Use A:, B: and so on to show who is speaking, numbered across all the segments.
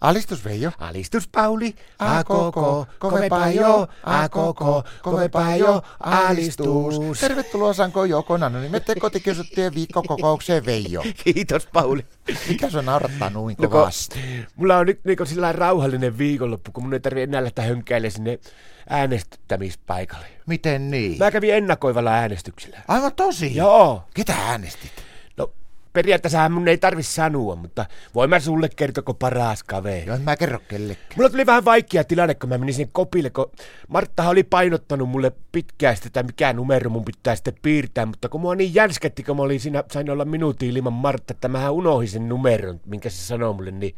A: Alistus Veijo.
B: Alistus Pauli,
A: A koko, kovempaa jo, a koko, kovempaa jo, alistus. Tervetuloa Sanko Jouko Anonymitte kotikysyttyjen viikkokokoukseen Veijo.
B: Kiitos Pauli.
A: Mikä se naurattaa noin
B: No, ko-
A: kovasti?
B: Mulla on nyt niin sillä rauhallinen viikonloppu, kun mun ei tarvitse enää lähteä hönkäille sinne äänestyttämispaikalle.
A: Miten niin?
B: Mä kävin ennakoivalla äänestyksellä.
A: Aivan tosi.
B: Joo.
A: Ketä äänestit?
B: No periaatteessahan mun ei tarvi sanoa, mutta voin mä sulle kertoa, kun paras kaveri.
A: Joo, en mä kerro kellekään.
B: Mulla tuli vähän vaikea tilanne, kun mä menin sinne kopille, kun Marttahan oli painottanut mulle pitkään sitä, että mikä numero mun pitää sitten piirtää, mutta kun mua niin jänskätti, kun mä olin siinä, sain olla minuutin ilman Martta, että mähän unohdin sen numeron, minkä se sanoi mulle, niin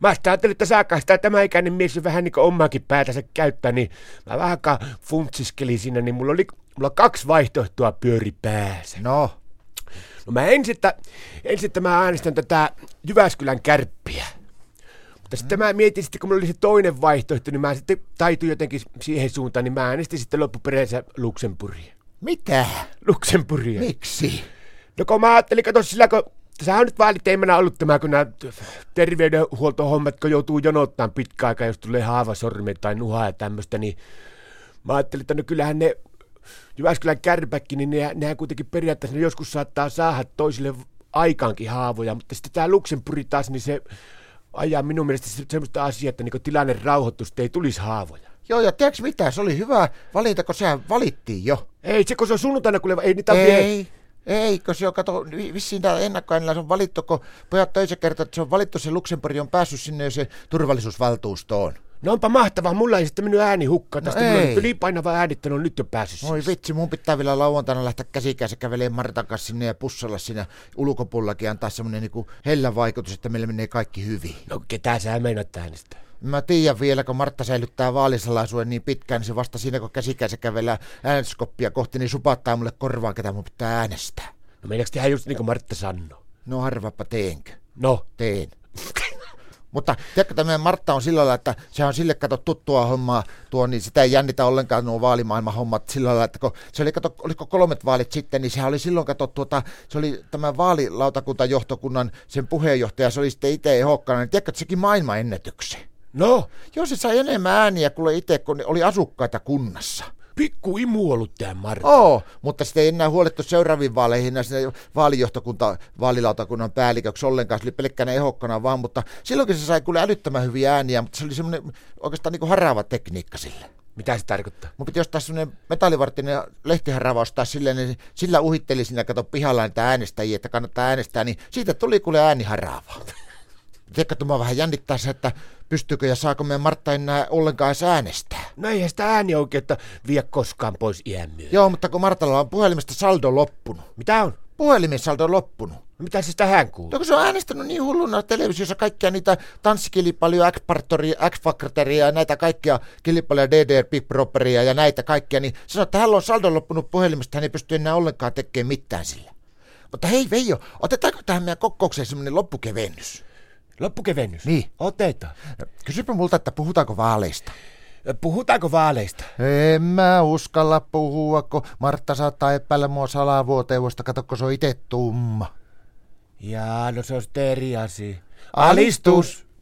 B: Mä sitä ajattelin, että saakaa sitä tämä ikäinen mies jo vähän niin kuin omaakin päätänsä käyttää, niin mä vähän aikaa funtsiskelin siinä, niin mulla oli mulla kaksi vaihtoehtoa pyöri päässä.
A: No,
B: No mä ensin, että, ensin, että mä äänestän tätä Jyväskylän kärppiä. Mutta sitten mä mietin sitten, kun mulla oli se toinen vaihtoehto, niin mä sitten taituin jotenkin siihen suuntaan, niin mä äänestin sitten loppuperänsä Luxemburgia.
A: mitä?
B: Luxemburgia.
A: Niin. Miksi?
B: No kun mä ajattelin, kato sillä, kun Sehän on nyt vaaliteemana ollut tämä, kun nämä terveydenhuoltohommat, kun joutuu jonottaan pitkä aikaa, jos tulee haavasormi tai nuha ja tämmöistä, niin mä ajattelin, että no kyllähän ne Jyväskylän kärpäkki, niin ne, nehän kuitenkin periaatteessa ne joskus saattaa saada toisille aikaankin haavoja, mutta sitten tämä Luxemburg taas, niin se ajaa minun mielestä se- semmoista asiaa, että niin tilanne rauhoittuisi, että ei tulisi haavoja.
A: Joo, ja tiedätkö mitä? Se oli hyvä valinta, kun sehän valittiin jo.
B: Ei, se kun se on sunnuntaina, kun ei niitä vie.
A: Ei, ei, kun se on, kato, vi- vissiin täällä ennakkoainilla se on valittu, kun pojat töissä kertoo, että se on valittu, se Luxemburg on päässyt sinne se turvallisuusvaltuustoon.
B: No onpa mahtavaa, mulla ei sitten mennyt ääni hukkaan.
A: No
B: Tästä mulla on
A: ei.
B: nyt ylipainava ääni, että ne on nyt jo päässyt.
A: Voi vitsi, mun pitää vielä lauantaina lähteä käsikässä kävelemään Martan kanssa sinne ja pussalla siinä ulkopuolellakin ja antaa semmoinen niinku hellä vaikutus, että meillä menee kaikki hyvin.
B: No ketä sä meinaat äänestää?
A: Mä tiedän vielä, kun Martta säilyttää vaalisalaisuuden niin pitkään, niin se vasta siinä, kun käsikässä kävellään äänestyskoppia kohti, niin supattaa mulle korvaan, ketä mun pitää äänestää.
B: No meinaatko tehdä just niin kuin Martta sanoo?
A: No harvapa teenkö.
B: No,
A: teen. Mutta tiedätkö, tämä Martta on sillä lailla, että se on sille kato tuttua hommaa, tuo, niin sitä ei jännitä ollenkaan nuo vaalimaailman hommat sillä lailla, että kun se oli, kato, oliko kolmet vaalit sitten, niin sehän oli silloin, kato, tuota, se oli tämä vaalilautakuntajohtokunnan sen puheenjohtaja, se oli sitten itse ehokkana, niin tiedätkö, että sekin maailmanennätyksen.
B: no,
A: Joo, se sai enemmän ääniä kuin itse, kun oli asukkaita kunnassa.
B: pikku imu ollut tää Martta.
A: Oo, oh, mutta sitten ei enää huolettu seuraaviin vaaleihin enää sinne vaalijohtokunta, vaalilautakunnan päälliköksi ollenkaan, se oli pelkkänä ehokkana vaan, mutta silloinkin se sai kyllä älyttömän hyviä ääniä, mutta se oli semmoinen oikeastaan niin kuin harava tekniikka sille.
B: Mitä se tarkoittaa?
A: Mun piti ostaa semmoinen metallivarttinen lehtiharava ostaa silleen, niin sillä uhitteli siinä kato pihalla niitä äänestäjiä, että kannattaa äänestää, niin siitä tuli kuule ääniharava. Tiedätkö, että mua vähän jännittää se, että pystyykö ja saako meidän Martta enää ollenkaan edes äänestää.
B: No eihän sitä äänioikeutta vie koskaan pois iän myötä.
A: Joo, mutta kun Martalla on puhelimesta saldo loppunut.
B: Mitä on?
A: Puhelimensaldo loppunut.
B: Mitä se tähän kuuluu?
A: No kun se on äänestänyt niin hulluna televisiossa kaikkia niitä tanssikilpailuja, X-Partoria, X-Factoria ja näitä kaikkia kilpailuja, DDR, Big Properia ja näitä kaikkia, niin sanoo, että hänellä on saldo loppunut puhelimesta, hän ei pysty enää ollenkaan tekemään mitään sillä. Mutta hei Veijo, otetaanko tähän meidän kokoukseen semmoinen loppukevennys?
B: Loppukevennys.
A: Niin.
B: Otetaan.
A: Kysypä multa, että puhutaanko vaaleista?
B: Puhutaanko vaaleista?
A: En mä uskalla puhua, kun Martta saattaa epäillä mua salavuotevuosta, kato, kun se on itse tumma.
B: Jaa, no se on sitten eri asia.
A: Alistus.